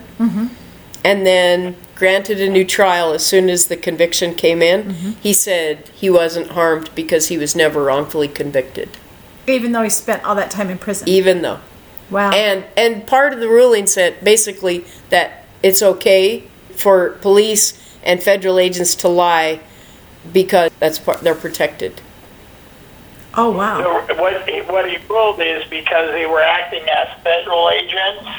[SPEAKER 1] and then granted a new trial as soon as the conviction came in. He said he wasn't harmed because he was never wrongfully convicted,
[SPEAKER 2] Even though he spent all that time in prison.
[SPEAKER 1] even though.
[SPEAKER 2] wow.
[SPEAKER 1] And and part of the ruling said basically that it's okay for police and federal agents to lie because that's part they're protected.
[SPEAKER 2] oh, wow.
[SPEAKER 3] The- What he, what he ruled is because they were acting as federal agents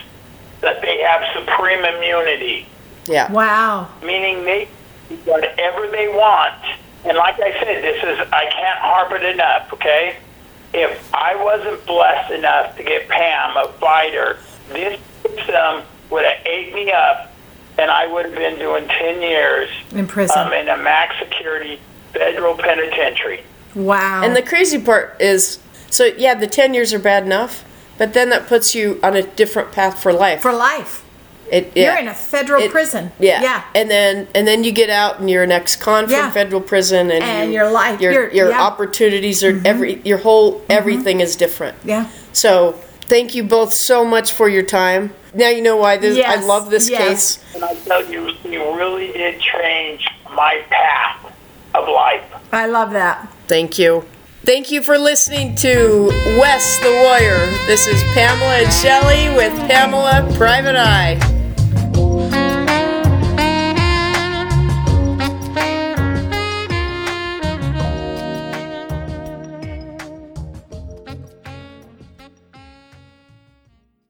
[SPEAKER 3] that they have supreme immunity,
[SPEAKER 1] Yeah.
[SPEAKER 2] Wow.
[SPEAKER 3] meaning they do whatever they want. And like I said, this is I can't harp it enough. Okay, if I wasn't blessed enough to get Pam a fighter, this system would have ate me up, and I would have been doing ten years
[SPEAKER 2] In prison.
[SPEAKER 3] um, in a max security federal penitentiary.
[SPEAKER 2] Wow.
[SPEAKER 1] And the crazy part is, so yeah, the ten years are bad enough, but then that puts you on a different path for life.
[SPEAKER 2] For life.
[SPEAKER 1] It-
[SPEAKER 2] You're
[SPEAKER 1] yeah.
[SPEAKER 2] in a federal
[SPEAKER 1] It-
[SPEAKER 2] prison.
[SPEAKER 1] Yeah.
[SPEAKER 2] Yeah.
[SPEAKER 1] And then and then you get out and you're an ex-con
[SPEAKER 2] Yeah.
[SPEAKER 1] from federal prison, and,
[SPEAKER 2] And
[SPEAKER 1] you-
[SPEAKER 2] your life-
[SPEAKER 1] your
[SPEAKER 2] your-
[SPEAKER 1] your
[SPEAKER 2] yeah. Mm-hmm.
[SPEAKER 1] opportunities are every your whole everything is different.
[SPEAKER 2] Yeah.
[SPEAKER 1] So thank you both so much for your time. Now you know why this.
[SPEAKER 2] Yes,
[SPEAKER 1] I love this
[SPEAKER 2] yes.
[SPEAKER 1] case.
[SPEAKER 3] And I tell you, he really did change my path of life.
[SPEAKER 2] I love that.
[SPEAKER 1] Thank you. Thank you for listening to Wes the Warrior. This is Pamela and Shelley with Pamela Private Eye.